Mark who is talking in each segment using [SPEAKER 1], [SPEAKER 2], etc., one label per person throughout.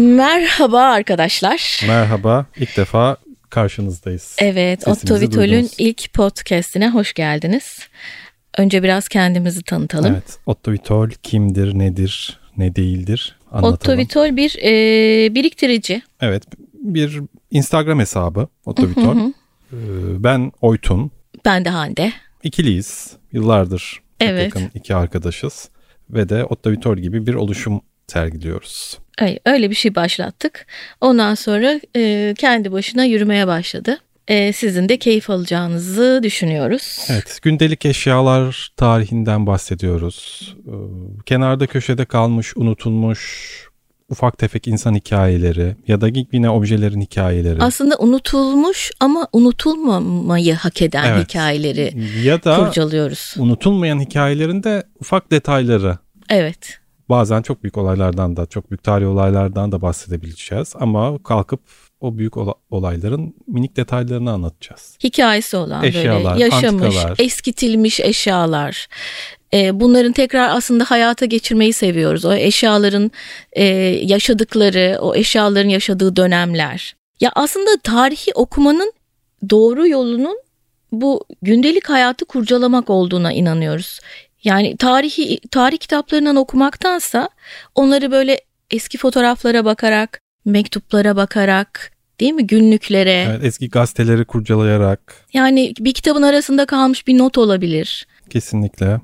[SPEAKER 1] Merhaba arkadaşlar.
[SPEAKER 2] Merhaba, ilk defa karşınızdayız.
[SPEAKER 1] Evet,
[SPEAKER 2] Sesimizi
[SPEAKER 1] Ottovitol'ün
[SPEAKER 2] duydunuz.
[SPEAKER 1] ilk podcast'ine hoş geldiniz. Önce biraz kendimizi tanıtalım.
[SPEAKER 2] Evet, Otto Vitol kimdir, nedir, ne değildir anlatalım.
[SPEAKER 1] Otto Vitol bir e, biriktirici.
[SPEAKER 2] Evet, bir Instagram hesabı Otto Vitol. Ee, ben Oytun,
[SPEAKER 1] Ben de Hande.
[SPEAKER 2] ikiliyiz. Yıllardır çok
[SPEAKER 1] Evet.
[SPEAKER 2] yakın iki arkadaşız. Ve de Otto Vitol gibi bir oluşum sergiliyoruz.
[SPEAKER 1] Ay, öyle bir şey başlattık. Ondan sonra e, kendi başına yürümeye başladı. E, sizin de keyif alacağınızı düşünüyoruz.
[SPEAKER 2] Evet, gündelik eşyalar tarihinden bahsediyoruz. Ee, kenarda köşede kalmış, unutulmuş ufak tefek insan hikayeleri ya da yine objelerin hikayeleri.
[SPEAKER 1] Aslında unutulmuş ama unutulmamayı hak eden
[SPEAKER 2] Evet.
[SPEAKER 1] hikayeleri
[SPEAKER 2] ya da
[SPEAKER 1] kurcalıyoruz.
[SPEAKER 2] unutulmayan hikayelerinde ufak detayları.
[SPEAKER 1] Evet.
[SPEAKER 2] Bazen çok büyük olaylardan da, çok büyük tarihi olaylardan da bahsedebileceğiz ama kalkıp o büyük ola- olayların minik detaylarını anlatacağız.
[SPEAKER 1] hikayesi olan
[SPEAKER 2] Eşyalar,
[SPEAKER 1] böyle yaşamış,
[SPEAKER 2] antikalar.
[SPEAKER 1] eskitilmiş eşyalar. Ee, bunların tekrar aslında hayata geçirmeyi seviyoruz. O eşyaların e, yaşadıkları, o eşyaların yaşadığı dönemler. Ya aslında tarihi okumanın doğru yolunun bu gündelik hayatı kurcalamak olduğuna inanıyoruz. Yani tarihi tarih kitaplarından okumaktansa onları böyle eski fotoğraflara bakarak, mektuplara bakarak, değil mi günlüklere,
[SPEAKER 2] Evet, eski gazeteleri kurcalayarak
[SPEAKER 1] yani bir kitabın arasında kalmış bir not olabilir.
[SPEAKER 2] kesinlikle.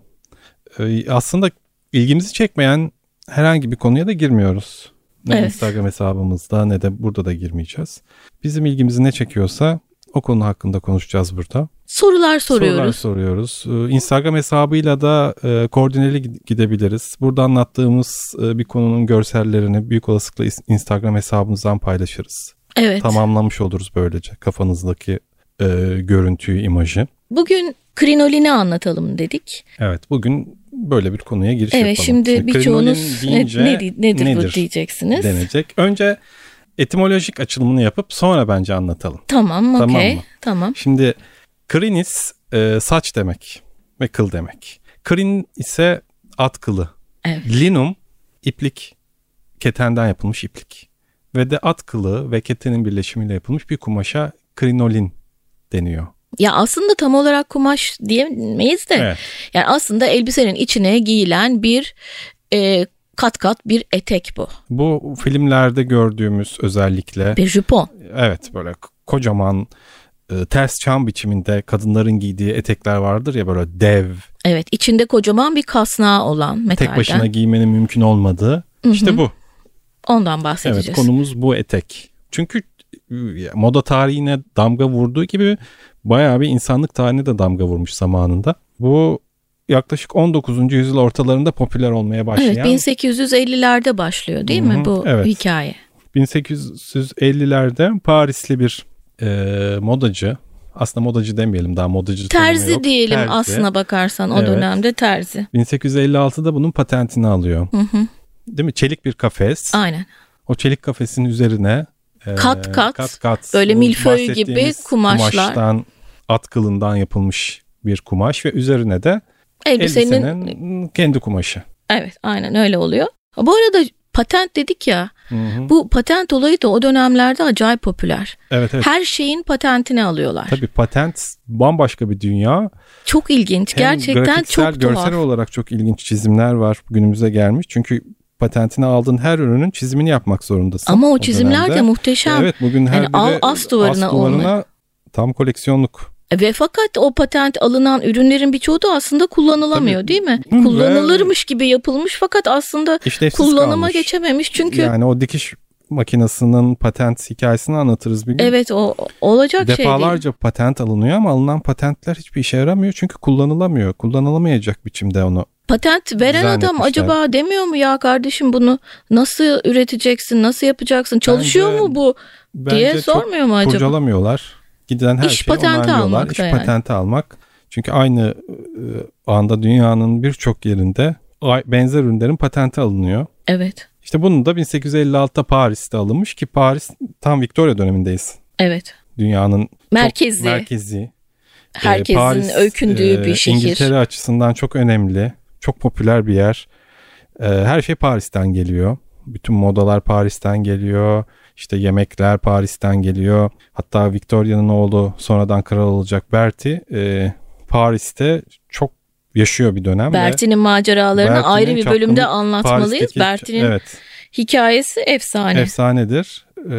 [SPEAKER 2] Ee, aslında ilgimizi çekmeyen herhangi bir konuya da girmiyoruz. Ne
[SPEAKER 1] Evet.
[SPEAKER 2] Instagram hesabımızda ne de burada da girmeyeceğiz. Bizim ilgimizi ne çekiyorsa o konu hakkında konuşacağız burada.
[SPEAKER 1] Sorular
[SPEAKER 2] Sorular
[SPEAKER 1] soruyoruz.
[SPEAKER 2] soruyoruz. Ee, Instagram hesabıyla da e, koordineli gid- gidebiliriz. Burada anlattığımız e, bir konunun görsellerini büyük olasılıkla is- Instagram hesabımızdan paylaşırız.
[SPEAKER 1] Evet.
[SPEAKER 2] Tamamlamış oluruz böylece kafanızdaki e, görüntüyü, imajı.
[SPEAKER 1] Bugün krinolini anlatalım dedik.
[SPEAKER 2] Evet, bugün böyle bir konuya giriş yapalım.
[SPEAKER 1] evet şimdi birçoğunuz
[SPEAKER 2] krinolin
[SPEAKER 1] ne,
[SPEAKER 2] deyince
[SPEAKER 1] ne- nedir, bu diyeceksiniz.
[SPEAKER 2] denecek. Önce etimolojik açılımını yapıp sonra bence anlatalım.
[SPEAKER 1] Tamam
[SPEAKER 2] Tamam
[SPEAKER 1] okey.
[SPEAKER 2] mı?
[SPEAKER 1] Tamam.
[SPEAKER 2] Şimdi krinis e, saç demek ve kıl demek. Krin ise at kılı.
[SPEAKER 1] Evet.
[SPEAKER 2] Linum iplik, ketenden yapılmış iplik. Ve de at kılı ve ketenin birleşimiyle yapılmış bir kumaşa krinolin deniyor.
[SPEAKER 1] Ya aslında tam olarak kumaş diyemeyiz de.
[SPEAKER 2] Evet.
[SPEAKER 1] Yani aslında elbisenin içine giyilen bir e, kat kat bir etek bu.
[SPEAKER 2] Bu filmlerde gördüğümüz özellikle
[SPEAKER 1] Bir jupon.
[SPEAKER 2] evet böyle k- kocaman e, ters çam biçiminde kadınların giydiği etekler vardır ya böyle dev,
[SPEAKER 1] Evet içinde kocaman bir kasnağı olan metalden.
[SPEAKER 2] tek başına giymenin mümkün olmadığı. İşte bu.
[SPEAKER 1] Ondan
[SPEAKER 2] Evet
[SPEAKER 1] bahsedeceğiz.
[SPEAKER 2] konumuz bu etek. Çünkü e, moda tarihine damga vurduğu gibi bayağı bir insanlık tarihine de damga vurmuş zamanında. Bu yaklaşık 19. yüzyıl ortalarında popüler olmaya
[SPEAKER 1] Evet
[SPEAKER 2] başlayan
[SPEAKER 1] 1850'lerde başlıyor değil
[SPEAKER 2] Hı
[SPEAKER 1] mi
[SPEAKER 2] hı,
[SPEAKER 1] bu
[SPEAKER 2] evet.
[SPEAKER 1] hikaye?
[SPEAKER 2] 1850'lerde Parisli bir e, modacı aslında modacı demeyelim daha modacı tanımı
[SPEAKER 1] Terzi
[SPEAKER 2] yok.
[SPEAKER 1] diyelim
[SPEAKER 2] Terzi.
[SPEAKER 1] aslına bakarsan o
[SPEAKER 2] Evet.
[SPEAKER 1] dönemde terzi.
[SPEAKER 2] 1856'da bunun patentini alıyor.
[SPEAKER 1] Hı hı.
[SPEAKER 2] Değil mi? Çelik bir kafes.
[SPEAKER 1] Aynen.
[SPEAKER 2] O çelik kafesin üzerine e,
[SPEAKER 1] Kat kat,
[SPEAKER 2] kat
[SPEAKER 1] böyle milföy gibi
[SPEAKER 2] bahsettiğimiz
[SPEAKER 1] kumaşlar.
[SPEAKER 2] Kumaştan, at kılından yapılmış bir kumaş ve üzerine de
[SPEAKER 1] Elbisenin,
[SPEAKER 2] elbisenin, kendi kumaşı.
[SPEAKER 1] evet aynen öyle oluyor. Bu arada patent dedik ya.
[SPEAKER 2] Hı hı.
[SPEAKER 1] Bu patent olayı da o dönemlerde acayip popüler.
[SPEAKER 2] Evet evet.
[SPEAKER 1] Her şeyin patentini alıyorlar.
[SPEAKER 2] Tabii patent bambaşka bir dünya.
[SPEAKER 1] Çok ilginç.
[SPEAKER 2] Hem
[SPEAKER 1] Gerçekten
[SPEAKER 2] grafiksel,
[SPEAKER 1] çok
[SPEAKER 2] görsel
[SPEAKER 1] tuhaf.
[SPEAKER 2] olarak çok ilginç çizimler var günümüze gelmiş. Çünkü patentini aldığın her ürünün çizimini yapmak zorundasın.
[SPEAKER 1] Ama o çizimler de
[SPEAKER 2] dönemde.
[SPEAKER 1] muhteşem.
[SPEAKER 2] Evet bugün her
[SPEAKER 1] Yani al-
[SPEAKER 2] biri
[SPEAKER 1] as duvarına
[SPEAKER 2] tam koleksiyonluk.
[SPEAKER 1] Ve fakat E, o patent alınan ürünlerin birçoğu da aslında kullanılamıyor
[SPEAKER 2] Tabii.
[SPEAKER 1] değil mi?
[SPEAKER 2] Hı, ve-
[SPEAKER 1] Kullanılırmış gibi yapılmış fakat aslında
[SPEAKER 2] İşlevsiz
[SPEAKER 1] kullanıma
[SPEAKER 2] kalmış.
[SPEAKER 1] geçememiş. Çünkü
[SPEAKER 2] Yani o dikiş makinesinin patent hikayesini anlatırız bir gün.
[SPEAKER 1] evet o olacak şey değil.
[SPEAKER 2] Defalarca patent alınıyor ama alınan patentler hiçbir işe yaramıyor çünkü kullanılamıyor. Kullanılamayacak biçimde onu.
[SPEAKER 1] Patent veren adam
[SPEAKER 2] Zannetmişler.
[SPEAKER 1] acaba demiyor mu ya kardeşim bunu nasıl üreteceksin, nasıl yapacaksın, çalışıyor
[SPEAKER 2] Bence-
[SPEAKER 1] mu bu
[SPEAKER 2] Bence
[SPEAKER 1] diye
[SPEAKER 2] çok
[SPEAKER 1] sormuyor mu acaba?
[SPEAKER 2] kurcalamıyorlar. Giden her
[SPEAKER 1] İş
[SPEAKER 2] şeyi
[SPEAKER 1] patenti
[SPEAKER 2] onaylıyorlar.
[SPEAKER 1] almak
[SPEAKER 2] İş
[SPEAKER 1] da yani.
[SPEAKER 2] patenti almak. Çünkü aynı e, anda dünyanın birçok yerinde ay- benzer ürünlerin patenti alınıyor.
[SPEAKER 1] Evet,
[SPEAKER 2] İşte bunun da 1856'da Paris'te alınmış ki Paris tam Victoria dönemindeyiz.
[SPEAKER 1] evet.
[SPEAKER 2] Dünyanın çok
[SPEAKER 1] Merkezi,
[SPEAKER 2] merkezi
[SPEAKER 1] herkesin
[SPEAKER 2] Ee, Paris,
[SPEAKER 1] öykündüğü
[SPEAKER 2] e,
[SPEAKER 1] bir şehir.
[SPEAKER 2] İngiltere açısından çok önemli, çok popüler bir yer. Ee, Her şey Paris'ten geliyor. Bütün modalar Paris'ten geliyor. İşte yemekler Paris'ten geliyor. Hatta Victoria'nın oğlu sonradan kral olacak Bertie e, Paris'te çok yaşıyor bir dönem. ve
[SPEAKER 1] Bertin'in maceralarını
[SPEAKER 2] Bertin'in
[SPEAKER 1] ayrı bir
[SPEAKER 2] çapkınlık
[SPEAKER 1] bölümde anlatmalıyız. hani-
[SPEAKER 2] Paris'teki-
[SPEAKER 1] Bertin'in
[SPEAKER 2] evet,
[SPEAKER 1] hikayesi efsane.
[SPEAKER 2] efsanedir. E,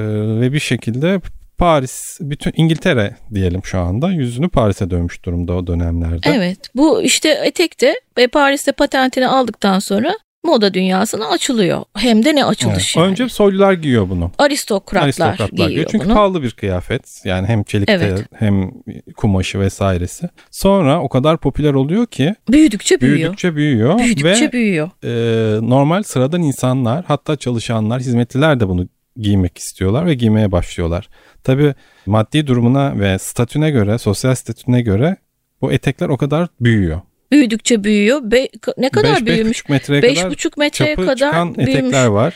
[SPEAKER 2] ve bir şekilde Paris, bütün İngiltere diyelim şu anda yüzünü Paris'e dönmüş durumda o dönemlerde.
[SPEAKER 1] Evet. Bu işte etek de ve Paris'te patentini aldıktan sonra moda dünyasına açılıyor. Hem de ne
[SPEAKER 2] Evet.
[SPEAKER 1] açılışı. yani.
[SPEAKER 2] Önce soylular giyiyor bunu.
[SPEAKER 1] aristokratlar, giyiyor
[SPEAKER 2] Çünkü
[SPEAKER 1] bunu.
[SPEAKER 2] pahalı bir kıyafet. Yani hem çelikte
[SPEAKER 1] Evet.
[SPEAKER 2] hem kumaşı vesairesi. Sonra o kadar popüler oluyor ki
[SPEAKER 1] büyüdükçe büyüyor.
[SPEAKER 2] büyüdükçe büyüyor
[SPEAKER 1] büyüdükçe
[SPEAKER 2] ve
[SPEAKER 1] büyüyor.
[SPEAKER 2] e, normal sıradan insanlar hatta çalışanlar, hizmetliler de bunu giymek istiyorlar ve giymeye başlıyorlar. Tabii maddi durumuna ve statüne göre, sosyal statüne göre bu etekler o kadar büyüyor.
[SPEAKER 1] Büyüdükçe büyüyor. Be- ne kadar
[SPEAKER 2] Beş- beş
[SPEAKER 1] büyümüş?
[SPEAKER 2] buçuk metreye
[SPEAKER 1] Beş
[SPEAKER 2] kadar
[SPEAKER 1] buçuk metreye
[SPEAKER 2] çapı
[SPEAKER 1] kadar
[SPEAKER 2] çıkan
[SPEAKER 1] büyümüş.
[SPEAKER 2] etekler var.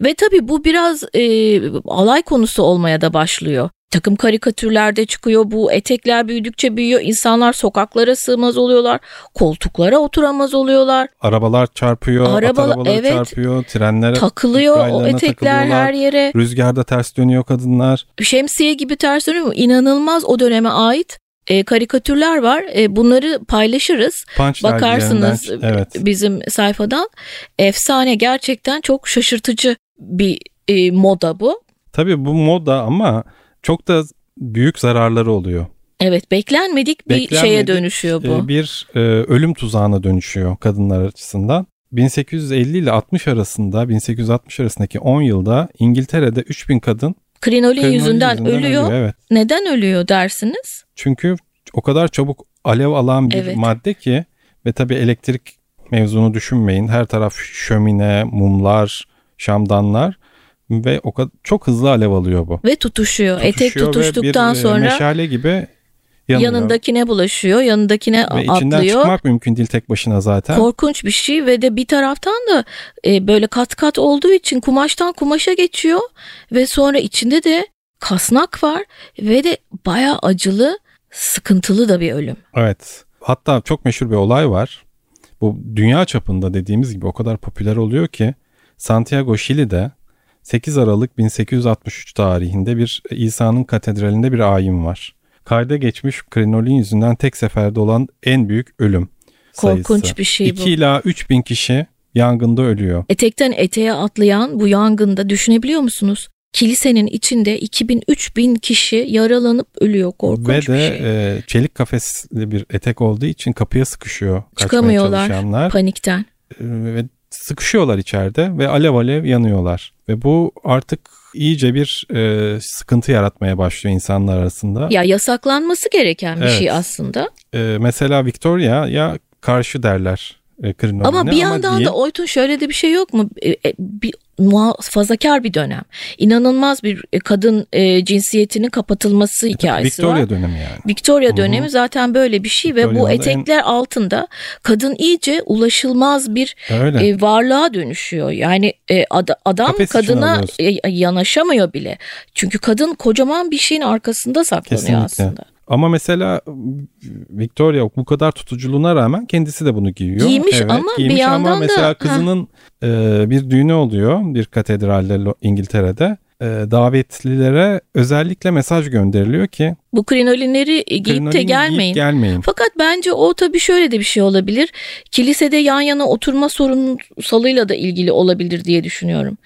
[SPEAKER 1] Ve tabii bu biraz e, alay konusu olmaya da başlıyor. Takım karikatürlerde çıkıyor bu etekler büyüdükçe büyüyor. İnsanlar sokaklara sığmaz oluyorlar. Koltuklara oturamaz oluyorlar.
[SPEAKER 2] Arabalar çarpıyor, at
[SPEAKER 1] Arabala-
[SPEAKER 2] arabaları
[SPEAKER 1] evet.
[SPEAKER 2] çarpıyor, trenlere
[SPEAKER 1] Takılıyor o
[SPEAKER 2] raylarına
[SPEAKER 1] etekler
[SPEAKER 2] takılıyorlar.
[SPEAKER 1] her yere.
[SPEAKER 2] Rüzgarda ters dönüyor kadınlar.
[SPEAKER 1] şemsiye gibi ters dönüyor. İnanılmaz o döneme ait e, karikatürler var. E, bunları paylaşırız.
[SPEAKER 2] Punch
[SPEAKER 1] Bakarsınız
[SPEAKER 2] dergilerinden- Evet.
[SPEAKER 1] bizim sayfadan. Efsane gerçekten çok şaşırtıcı bir e, moda bu.
[SPEAKER 2] Tabii bu moda ama çok da büyük zararları oluyor.
[SPEAKER 1] Evet beklenmedik bir
[SPEAKER 2] Beklenmedik,
[SPEAKER 1] şeye dönüşüyor bu.
[SPEAKER 2] Ee, Bir e, ölüm tuzağına dönüşüyor kadınlar açısından. 1850 ile 60 arasında 1860 arasındaki 10 yılda İngiltere'de 3000 kadın
[SPEAKER 1] Krinolin,
[SPEAKER 2] krinoid
[SPEAKER 1] yüzünden, ölüyor.
[SPEAKER 2] Evet.
[SPEAKER 1] Neden ölüyor dersiniz?
[SPEAKER 2] Çünkü o kadar çabuk alev alan bir
[SPEAKER 1] Evet.
[SPEAKER 2] madde ki ve tabii elektrik mevzunu düşünmeyin. Her taraf şömine, mumlar, şamdanlar ve o kadar çok hızlı alev alıyor bu.
[SPEAKER 1] Ve tutuşuyor. Etek
[SPEAKER 2] tutuşuyor ve
[SPEAKER 1] tutuştuktan
[SPEAKER 2] bir, e,
[SPEAKER 1] sonra
[SPEAKER 2] meşale gibi yanıyor.
[SPEAKER 1] yanındakine bulaşıyor, yanındakine
[SPEAKER 2] ve içinden
[SPEAKER 1] atlıyor.
[SPEAKER 2] çıkmak mümkün değil tek başına zaten.
[SPEAKER 1] Korkunç bir şey ve de bir taraftan da e, böyle kat kat olduğu için kumaştan kumaşa geçiyor ve sonra içinde de kasnak var ve de bayağı acılı, sıkıntılı da bir ölüm.
[SPEAKER 2] evet. Hatta çok meşhur bir olay var. Bu dünya çapında dediğimiz gibi o kadar popüler oluyor ki Santiago Şili'de 8 Aralık 1863 tarihinde bir e, İsa'nın katedralinde bir ayin var. Kayda geçmiş krinolin yüzünden tek seferde olan en büyük ölüm sayısı.
[SPEAKER 1] Korkunç bir şey bu.
[SPEAKER 2] 2 ila 3 bin kişi yangında ölüyor.
[SPEAKER 1] Etekten eteğe atlayan bu yangında düşünebiliyor musunuz? Kilisenin içinde 2000-3000 kişi yaralanıp ölüyor korkunç
[SPEAKER 2] Ve de
[SPEAKER 1] bir şey.
[SPEAKER 2] e, çelik kafesli bir etek olduğu için kapıya sıkışıyor kaçmaya
[SPEAKER 1] Çıkamıyorlar.
[SPEAKER 2] çalışanlar.
[SPEAKER 1] Panikten.
[SPEAKER 2] E, ve sıkışıyorlar içeride ve alev alev yanıyorlar. Ve bu artık iyice bir e, sıkıntı yaratmaya başlıyor insanlar arasında.
[SPEAKER 1] Ya yasaklanması gereken bir
[SPEAKER 2] Evet.
[SPEAKER 1] şey aslında.
[SPEAKER 2] E, mesela Victoria ya karşı derler e, krinoline
[SPEAKER 1] Ama bir yandan
[SPEAKER 2] değil.
[SPEAKER 1] da Oytun şöyle de bir şey yok mu? E, e, Bir muhafazakar bir dönem. İnanılmaz bir e, kadın e, cinsiyetinin kapatılması hikayesi
[SPEAKER 2] E, Victoria
[SPEAKER 1] var.
[SPEAKER 2] dönemi yani.
[SPEAKER 1] Victoria
[SPEAKER 2] Hı.
[SPEAKER 1] dönemi zaten böyle bir şey ve bu
[SPEAKER 2] Victoria'nın da en-
[SPEAKER 1] etekler altında kadın iyice ulaşılmaz bir
[SPEAKER 2] Öyle.
[SPEAKER 1] e, varlığa dönüşüyor. Yani e, ad- adam
[SPEAKER 2] Kafes içine
[SPEAKER 1] kadına
[SPEAKER 2] alıyorsun.
[SPEAKER 1] e, yanaşamıyor bile. Çünkü kadın kocaman bir şeyin arkasında saklanıyor
[SPEAKER 2] Kesinlikle.
[SPEAKER 1] aslında.
[SPEAKER 2] Ama mesela Victoria bu kadar tutuculuğuna rağmen kendisi de bunu giyiyor.
[SPEAKER 1] Giymiş ama bir
[SPEAKER 2] giymiş
[SPEAKER 1] yandan da-
[SPEAKER 2] ama mesela
[SPEAKER 1] Ha.
[SPEAKER 2] kızının e, bir düğünü oluyor bir katedralde Lo- İngiltere'de. E, davetlilere özellikle mesaj gönderiliyor ki
[SPEAKER 1] Bu krinolinleri e, giyip
[SPEAKER 2] "Krinolin'i
[SPEAKER 1] de
[SPEAKER 2] giyip
[SPEAKER 1] gelmeyin.
[SPEAKER 2] gelmeyin.
[SPEAKER 1] Fakat bence o tabii şöyle de bir şey olabilir. Kilisede yan yana oturma sorunsalıyla da ilgili olabilir diye düşünüyorum.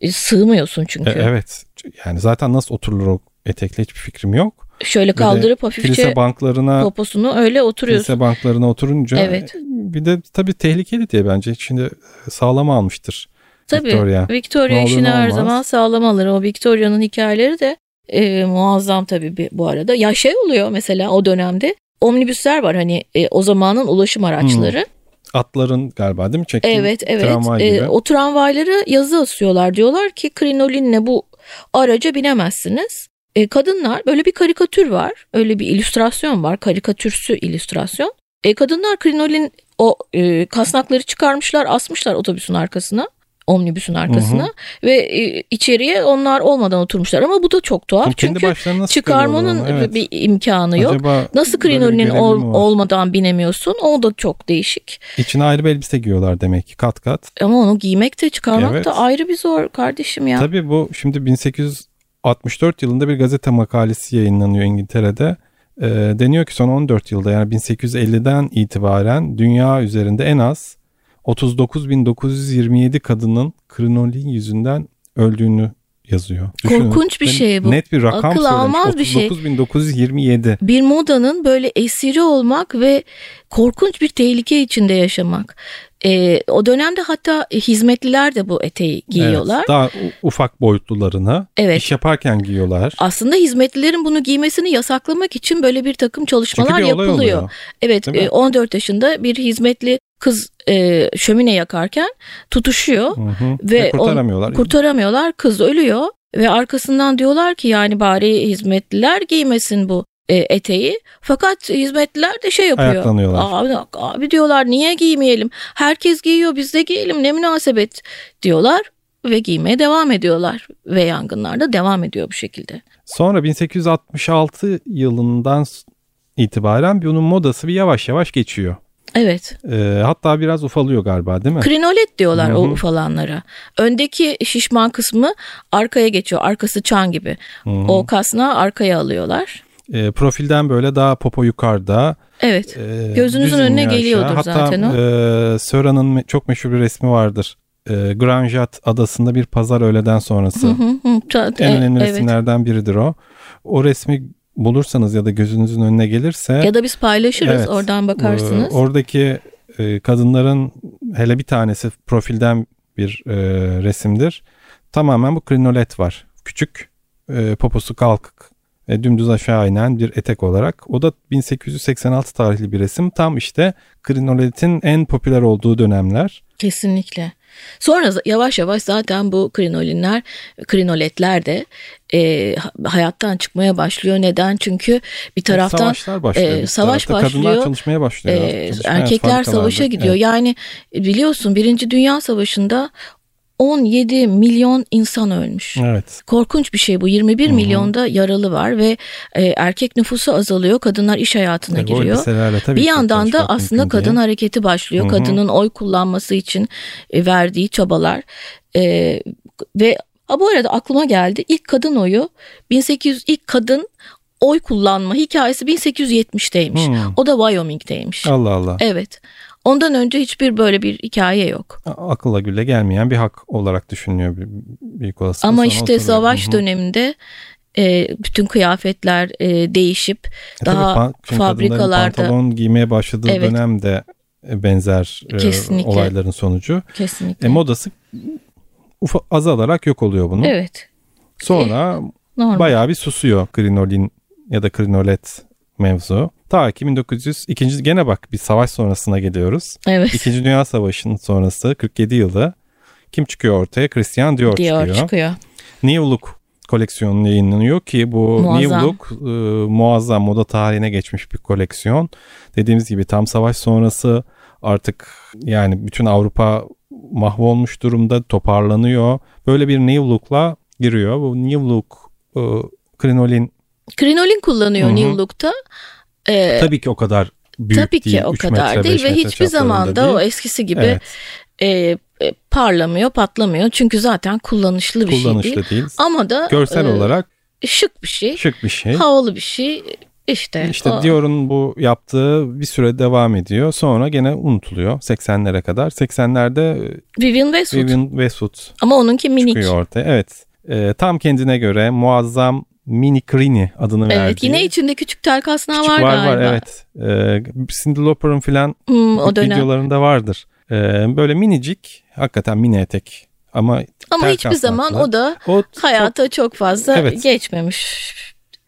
[SPEAKER 1] E, sığmıyorsun çünkü.
[SPEAKER 2] E, evet. Yani zaten nasıl oturulur o etekle hiçbir fikrim yok.
[SPEAKER 1] Şöyle
[SPEAKER 2] Bir de
[SPEAKER 1] kaldırıp hafifçe
[SPEAKER 2] Kilise banklarına
[SPEAKER 1] poposunu öyle oturuyorsun.
[SPEAKER 2] kilise banklarına oturunca e,
[SPEAKER 1] Evet.
[SPEAKER 2] bir de tabii tehlikeli diye bence şimdi e, sağlam almıştır.
[SPEAKER 1] Tabii Victoria,
[SPEAKER 2] Victoria. Ne olur
[SPEAKER 1] işini
[SPEAKER 2] ne
[SPEAKER 1] her
[SPEAKER 2] olmaz.
[SPEAKER 1] zaman sağlam alır. O Victoria'nın hikayeleri de e, muazzam tabii bir- bu arada. Ya şey oluyor mesela o dönemde omnibüsler var hani e, o zamanın ulaşım araçları.
[SPEAKER 2] Atların galiba değil mi çektiği
[SPEAKER 1] Evet evet.
[SPEAKER 2] tramvay
[SPEAKER 1] Ee,
[SPEAKER 2] gibi.
[SPEAKER 1] o tramvaylara yazı asıyorlar. Diyorlar ki krinolinle bu araca binemezsiniz. Ee, kadınlar böyle bir karikatür var. Öyle bir illüstrasyon var. Karikatürsü illüstrasyon. Ee, kadınlar krinolin o e, kasnakları çıkarmışlar asmışlar otobüsün arkasına. omnibüsün arkasına ve e, içeriye onlar olmadan oturmuşlar ama bu da çok tuhaf
[SPEAKER 2] Şimdi kendi
[SPEAKER 1] Ah, çünkü
[SPEAKER 2] başlarına nasıl
[SPEAKER 1] çıkarmanın
[SPEAKER 2] görüyorlar? Evet.
[SPEAKER 1] bir imkanı yok.
[SPEAKER 2] Acaba
[SPEAKER 1] Nasıl
[SPEAKER 2] böyle bir
[SPEAKER 1] krinolinin
[SPEAKER 2] görevi mi
[SPEAKER 1] ol-
[SPEAKER 2] var?
[SPEAKER 1] olmadan binemiyorsun? O da çok değişik.
[SPEAKER 2] içine ayrı bir elbise giyiyorlar demek ki kat kat.
[SPEAKER 1] Ama onu giymek de çıkarmak
[SPEAKER 2] Evet.
[SPEAKER 1] da ayrı bir zor kardeşim ya.
[SPEAKER 2] Tabii bu şimdi 1864 yılında bir gazete makalesi yayınlanıyor İngiltere'de. Ee, deniyor ki son 14 yılda yani 1850'den itibaren dünya üzerinde en az 39.927 kadının krinolin yüzünden öldüğünü yazıyor.
[SPEAKER 1] Korkunç bir
[SPEAKER 2] Ben-
[SPEAKER 1] şey bu.
[SPEAKER 2] Net bir rakam
[SPEAKER 1] Akıl
[SPEAKER 2] söylemiş.
[SPEAKER 1] almaz bir şey.
[SPEAKER 2] 39.927.
[SPEAKER 1] Bir modanın böyle esiri olmak ve korkunç bir tehlike içinde yaşamak. Ee, o dönemde hatta hizmetliler de bu eteği giyiyorlar.
[SPEAKER 2] Evet, daha u- ufak boyutlularını
[SPEAKER 1] Evet.
[SPEAKER 2] iş yaparken giyiyorlar.
[SPEAKER 1] Aslında hizmetlilerin bunu giymesini yasaklamak için böyle bir takım çalışmalar
[SPEAKER 2] Çünkü bir olay
[SPEAKER 1] yapılıyor.
[SPEAKER 2] oluyor.
[SPEAKER 1] Evet
[SPEAKER 2] Değil mi?
[SPEAKER 1] e, 14 yaşında bir hizmetli kız e, şömine yakarken tutuşuyor.
[SPEAKER 2] Hı hı.
[SPEAKER 1] Ve
[SPEAKER 2] Ve,
[SPEAKER 1] on-
[SPEAKER 2] kurtaramıyorlar.
[SPEAKER 1] Kurtaramıyorlar kız ölüyor ve arkasından diyorlar ki yani bari hizmetliler giymesin bu e, eteği. Fakat hizmetliler de şey yapıyor.
[SPEAKER 2] Ayaklanıyorlar.
[SPEAKER 1] Abi, abi diyorlar niye giymeyelim? Herkes giyiyor biz de giyelim ne münasebet diyorlar ve giymeye devam ediyorlar. Ve yangınlar da devam ediyor bu şekilde.
[SPEAKER 2] Sonra 1866 yılından s- itibaren bunun modası bir yavaş yavaş geçiyor.
[SPEAKER 1] Evet.
[SPEAKER 2] Ee, hatta biraz ufalıyor galiba değil mi?
[SPEAKER 1] Krinolet diyorlar o
[SPEAKER 2] Hı hı.
[SPEAKER 1] ufalanlara. Öndeki şişman kısmı arkaya geçiyor. Arkası çan gibi.
[SPEAKER 2] Hı hı.
[SPEAKER 1] O kasnağı arkaya alıyorlar.
[SPEAKER 2] Ee, profilden böyle daha popo yukarıda.
[SPEAKER 1] Evet.
[SPEAKER 2] e,
[SPEAKER 1] Gözünüzün
[SPEAKER 2] düz
[SPEAKER 1] önüne
[SPEAKER 2] iniyor aşağı.
[SPEAKER 1] geliyordur
[SPEAKER 2] Hatta,
[SPEAKER 1] zaten o.
[SPEAKER 2] e, Söra'nın me- çok meşhur bir resmi vardır. E, Granjat adasında bir pazar öğleden sonrası.
[SPEAKER 1] Hı hı hı. Ta-
[SPEAKER 2] En
[SPEAKER 1] e,
[SPEAKER 2] önemli
[SPEAKER 1] evet.
[SPEAKER 2] resimlerden biridir o. O resmi bulursanız ya da gözünüzün önüne gelirse
[SPEAKER 1] Ya da biz paylaşırız
[SPEAKER 2] Evet.
[SPEAKER 1] oradan bakarsınız.
[SPEAKER 2] e, oradaki e, kadınların hele bir tanesi profilden bir e, resimdir. Tamamen bu krinolet var. Küçük, e, poposu kalkık, e, dümdüz aşağı inen bir etek olarak. O da 1886 tarihli bir resim. Tam işte krinoletin en popüler olduğu dönemler.
[SPEAKER 1] Kesinlikle. Sonra za- yavaş yavaş zaten bu krinolinler, krinoletler de e, ha- hayattan çıkmaya başlıyor. Neden? Çünkü bir taraftan
[SPEAKER 2] savaşlar başlıyor.
[SPEAKER 1] e,
[SPEAKER 2] bir
[SPEAKER 1] savaş
[SPEAKER 2] tarafta. Kadınlar
[SPEAKER 1] başlıyor.
[SPEAKER 2] çalışmaya başlıyor.
[SPEAKER 1] Ee,
[SPEAKER 2] Çalışmaya,
[SPEAKER 1] erkekler
[SPEAKER 2] fabrikalarda.
[SPEAKER 1] savaşa gidiyor.
[SPEAKER 2] Evet.
[SPEAKER 1] Yani biliyorsun Birinci Dünya Savaşı'nda 17 milyon insan ölmüş.
[SPEAKER 2] Evet.
[SPEAKER 1] Korkunç bir şey bu. 21
[SPEAKER 2] Hı hı.
[SPEAKER 1] milyonda yaralı var ve e, erkek nüfusu azalıyor. Kadınlar iş hayatına
[SPEAKER 2] E, bu
[SPEAKER 1] giriyor.
[SPEAKER 2] elbiselerle tabii
[SPEAKER 1] Bir
[SPEAKER 2] ki
[SPEAKER 1] yandan da
[SPEAKER 2] karşılaşmak
[SPEAKER 1] aslında
[SPEAKER 2] mümkün
[SPEAKER 1] kadın
[SPEAKER 2] değil.
[SPEAKER 1] hareketi başlıyor.
[SPEAKER 2] Hı hı.
[SPEAKER 1] Kadının oy kullanması için e, verdiği çabalar. E, ve ha bu arada aklıma geldi. İlk kadın oyu 1800 ilk kadın oy kullanma hikayesi 1870'teymiş.
[SPEAKER 2] Hı.
[SPEAKER 1] O da Wyoming'deymiş.
[SPEAKER 2] Allah Allah.
[SPEAKER 1] Evet. Ondan önce hiçbir böyle bir hikaye yok.
[SPEAKER 2] A- akılla gülle gelmeyen bir hak olarak düşünüyor bir, büyük olasılıkla.
[SPEAKER 1] Ama
[SPEAKER 2] Sonra
[SPEAKER 1] işte
[SPEAKER 2] oturuyor.
[SPEAKER 1] savaş
[SPEAKER 2] Hı hı.
[SPEAKER 1] döneminde e, bütün kıyafetler e, değişip
[SPEAKER 2] E tabii
[SPEAKER 1] daha
[SPEAKER 2] pan- çünkü kadınların
[SPEAKER 1] fabrikalarda-
[SPEAKER 2] Pantolon giymeye başladığı
[SPEAKER 1] Evet.
[SPEAKER 2] dönem de e, benzer e,
[SPEAKER 1] Kesinlikle.
[SPEAKER 2] olayların sonucu.
[SPEAKER 1] kesinlikle.
[SPEAKER 2] E, modası ufa, azalarak yok oluyor bunun.
[SPEAKER 1] evet.
[SPEAKER 2] Sonra
[SPEAKER 1] Normal.
[SPEAKER 2] bayağı bir susuyor krinolin ya da krinolet mevzu. Ta ki 1900 ikinci gene bak bir savaş sonrasına geliyoruz.
[SPEAKER 1] evet.
[SPEAKER 2] İkinci Dünya Savaşı'nın sonrası 47 yılı. Kim çıkıyor ortaya? Christian Dior,
[SPEAKER 1] diyor
[SPEAKER 2] çıkıyor.
[SPEAKER 1] çıkıyor.
[SPEAKER 2] New Look koleksiyonu yayınlanıyor ki bu
[SPEAKER 1] Muazzam.
[SPEAKER 2] New Look e, muazzam moda tarihine geçmiş bir koleksiyon. Dediğimiz gibi tam savaş sonrası artık yani bütün Avrupa mahvolmuş durumda toparlanıyor. Böyle bir New Look'la giriyor. Bu New Look e, krinolin
[SPEAKER 1] Krinolin kullanıyor
[SPEAKER 2] Hı hı.
[SPEAKER 1] New Look'ta. E,
[SPEAKER 2] tabii ki o kadar büyük
[SPEAKER 1] tabii ki
[SPEAKER 2] değil.
[SPEAKER 1] o
[SPEAKER 2] Üç
[SPEAKER 1] kadar
[SPEAKER 2] metre,
[SPEAKER 1] değil
[SPEAKER 2] beş
[SPEAKER 1] ve
[SPEAKER 2] metre
[SPEAKER 1] hiçbir zaman da
[SPEAKER 2] çaplarında
[SPEAKER 1] o
[SPEAKER 2] değil.
[SPEAKER 1] eskisi gibi
[SPEAKER 2] Evet,
[SPEAKER 1] e, e, parlamıyor, patlamıyor. Çünkü zaten kullanışlı bir
[SPEAKER 2] kullanışlı
[SPEAKER 1] şey değil.
[SPEAKER 2] değil.
[SPEAKER 1] Ama da
[SPEAKER 2] Görsel
[SPEAKER 1] e,
[SPEAKER 2] olarak
[SPEAKER 1] şık bir şey,
[SPEAKER 2] şık bir şey.
[SPEAKER 1] havalı bir şey. İşte,
[SPEAKER 2] İşte
[SPEAKER 1] o-
[SPEAKER 2] Dior'un bu yaptığı bir süre devam ediyor. Sonra gene unutuluyor 80'lere kadar. 80'lerde
[SPEAKER 1] Vivian Westwood.
[SPEAKER 2] Vivian Westwood
[SPEAKER 1] Ama onunki minik.
[SPEAKER 2] çıkıyor ortaya. Evet. Ee, tam kendine göre muazzam Mini Crini adını
[SPEAKER 1] Evet
[SPEAKER 2] verdiği.
[SPEAKER 1] yine içinde küçük tel kasnağı
[SPEAKER 2] Küçük
[SPEAKER 1] var,
[SPEAKER 2] var
[SPEAKER 1] galiba.
[SPEAKER 2] evet. Ee, Cyndi Lauper'ın filan
[SPEAKER 1] Hmm, o dönem.
[SPEAKER 2] videolarında vardır. Ee, böyle minicik hakikaten mini etek ama
[SPEAKER 1] Ama
[SPEAKER 2] tel
[SPEAKER 1] hiçbir zaman
[SPEAKER 2] kasnaklı.
[SPEAKER 1] o da
[SPEAKER 2] o çok
[SPEAKER 1] hayata çok, fazla
[SPEAKER 2] Evet.
[SPEAKER 1] geçmemiş.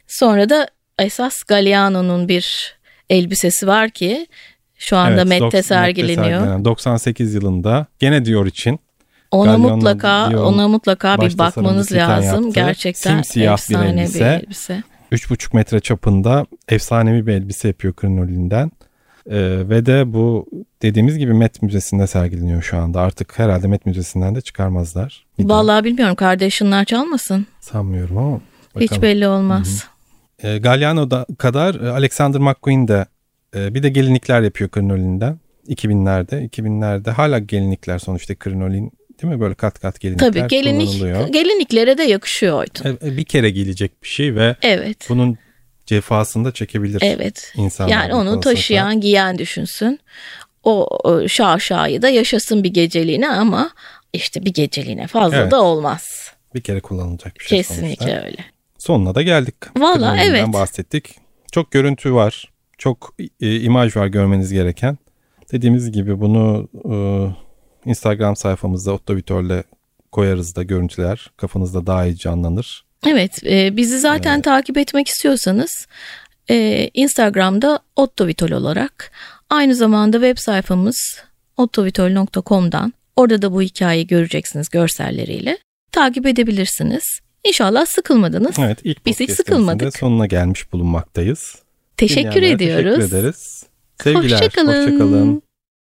[SPEAKER 1] Sonra da esas Galliano'nun bir elbisesi var ki şu anda
[SPEAKER 2] Evet, dok-
[SPEAKER 1] Mette
[SPEAKER 2] Mette
[SPEAKER 1] sergileniyor.
[SPEAKER 2] sergilenen. 98 yılında gene Dior için
[SPEAKER 1] Ona
[SPEAKER 2] Galliano
[SPEAKER 1] mutlaka
[SPEAKER 2] diyor,
[SPEAKER 1] ona mutlaka bir
[SPEAKER 2] baş
[SPEAKER 1] bakmanız
[SPEAKER 2] tasarımcısı Titan
[SPEAKER 1] lazım.
[SPEAKER 2] yaptı.
[SPEAKER 1] Gerçekten
[SPEAKER 2] Simsiyah bir
[SPEAKER 1] efsane
[SPEAKER 2] elbise. 3,5 metre çapında efsanevi bir elbise yapıyor krinolinden. Ee, ve de bu dediğimiz gibi Met Müzesi'nde sergileniyor şu anda. Artık herhalde Met Müzesi'nden de çıkarmazlar. Bir daha
[SPEAKER 1] Vallahi bilmiyorum kardeşinler çalmasın.
[SPEAKER 2] sanmıyorum ama bakalım.
[SPEAKER 1] Hiç belli olmaz.
[SPEAKER 2] E, Galliano'da kadar e, Alexander McQueen de e, bir de gelinlikler yapıyor krinolinden. 2000'lerde. 2000'lerde hala gelinlikler sonuçta krinolin değil mi? Böyle kat kat gelinlikler
[SPEAKER 1] Tabii gelinlik
[SPEAKER 2] kullanılıyor.
[SPEAKER 1] gelinliklere de yakışıyor Oytun.
[SPEAKER 2] E, e, bir kere gelecek bir şey ve
[SPEAKER 1] Evet.
[SPEAKER 2] bunun cefasını da çekebilir
[SPEAKER 1] Evet.
[SPEAKER 2] insanlar.
[SPEAKER 1] Yani
[SPEAKER 2] bu
[SPEAKER 1] onu
[SPEAKER 2] konusunda.
[SPEAKER 1] taşıyan, giyen düşünsün. O o şaşayı da yaşasın bir geceliğine ama işte bir geceliğine fazla
[SPEAKER 2] Evet.
[SPEAKER 1] da olmaz.
[SPEAKER 2] bir kere kullanılacak bir şey
[SPEAKER 1] Kesinlikle
[SPEAKER 2] sonuçta.
[SPEAKER 1] öyle.
[SPEAKER 2] Sonuna da geldik.
[SPEAKER 1] Valla
[SPEAKER 2] Krinolinden
[SPEAKER 1] evet.
[SPEAKER 2] bahsettik. Çok görüntü var. Çok e, imaj var görmeniz gereken. Dediğimiz gibi bunu e, Instagram sayfamızda Ottovitör'le koyarız da görüntüler kafanızda daha iyi canlanır.
[SPEAKER 1] Evet, e, bizi zaten takip etmek istiyorsanız e, Instagram'da ottovitol olarak aynı zamanda web sayfamız ottovitol.com'dan orada da bu hikayeyi göreceksiniz görselleriyle takip edebilirsiniz. İnşallah sıkılmadınız.
[SPEAKER 2] Evet ilk
[SPEAKER 1] Biz hiç
[SPEAKER 2] podcastimizin de
[SPEAKER 1] sıkılmadık.
[SPEAKER 2] sonuna gelmiş bulunmaktayız.
[SPEAKER 1] Teşekkür
[SPEAKER 2] Dinleyenlere
[SPEAKER 1] ediyoruz.
[SPEAKER 2] Teşekkür ederiz. Sevgiler.
[SPEAKER 1] Hoşçakalın.
[SPEAKER 2] hoşça kalın.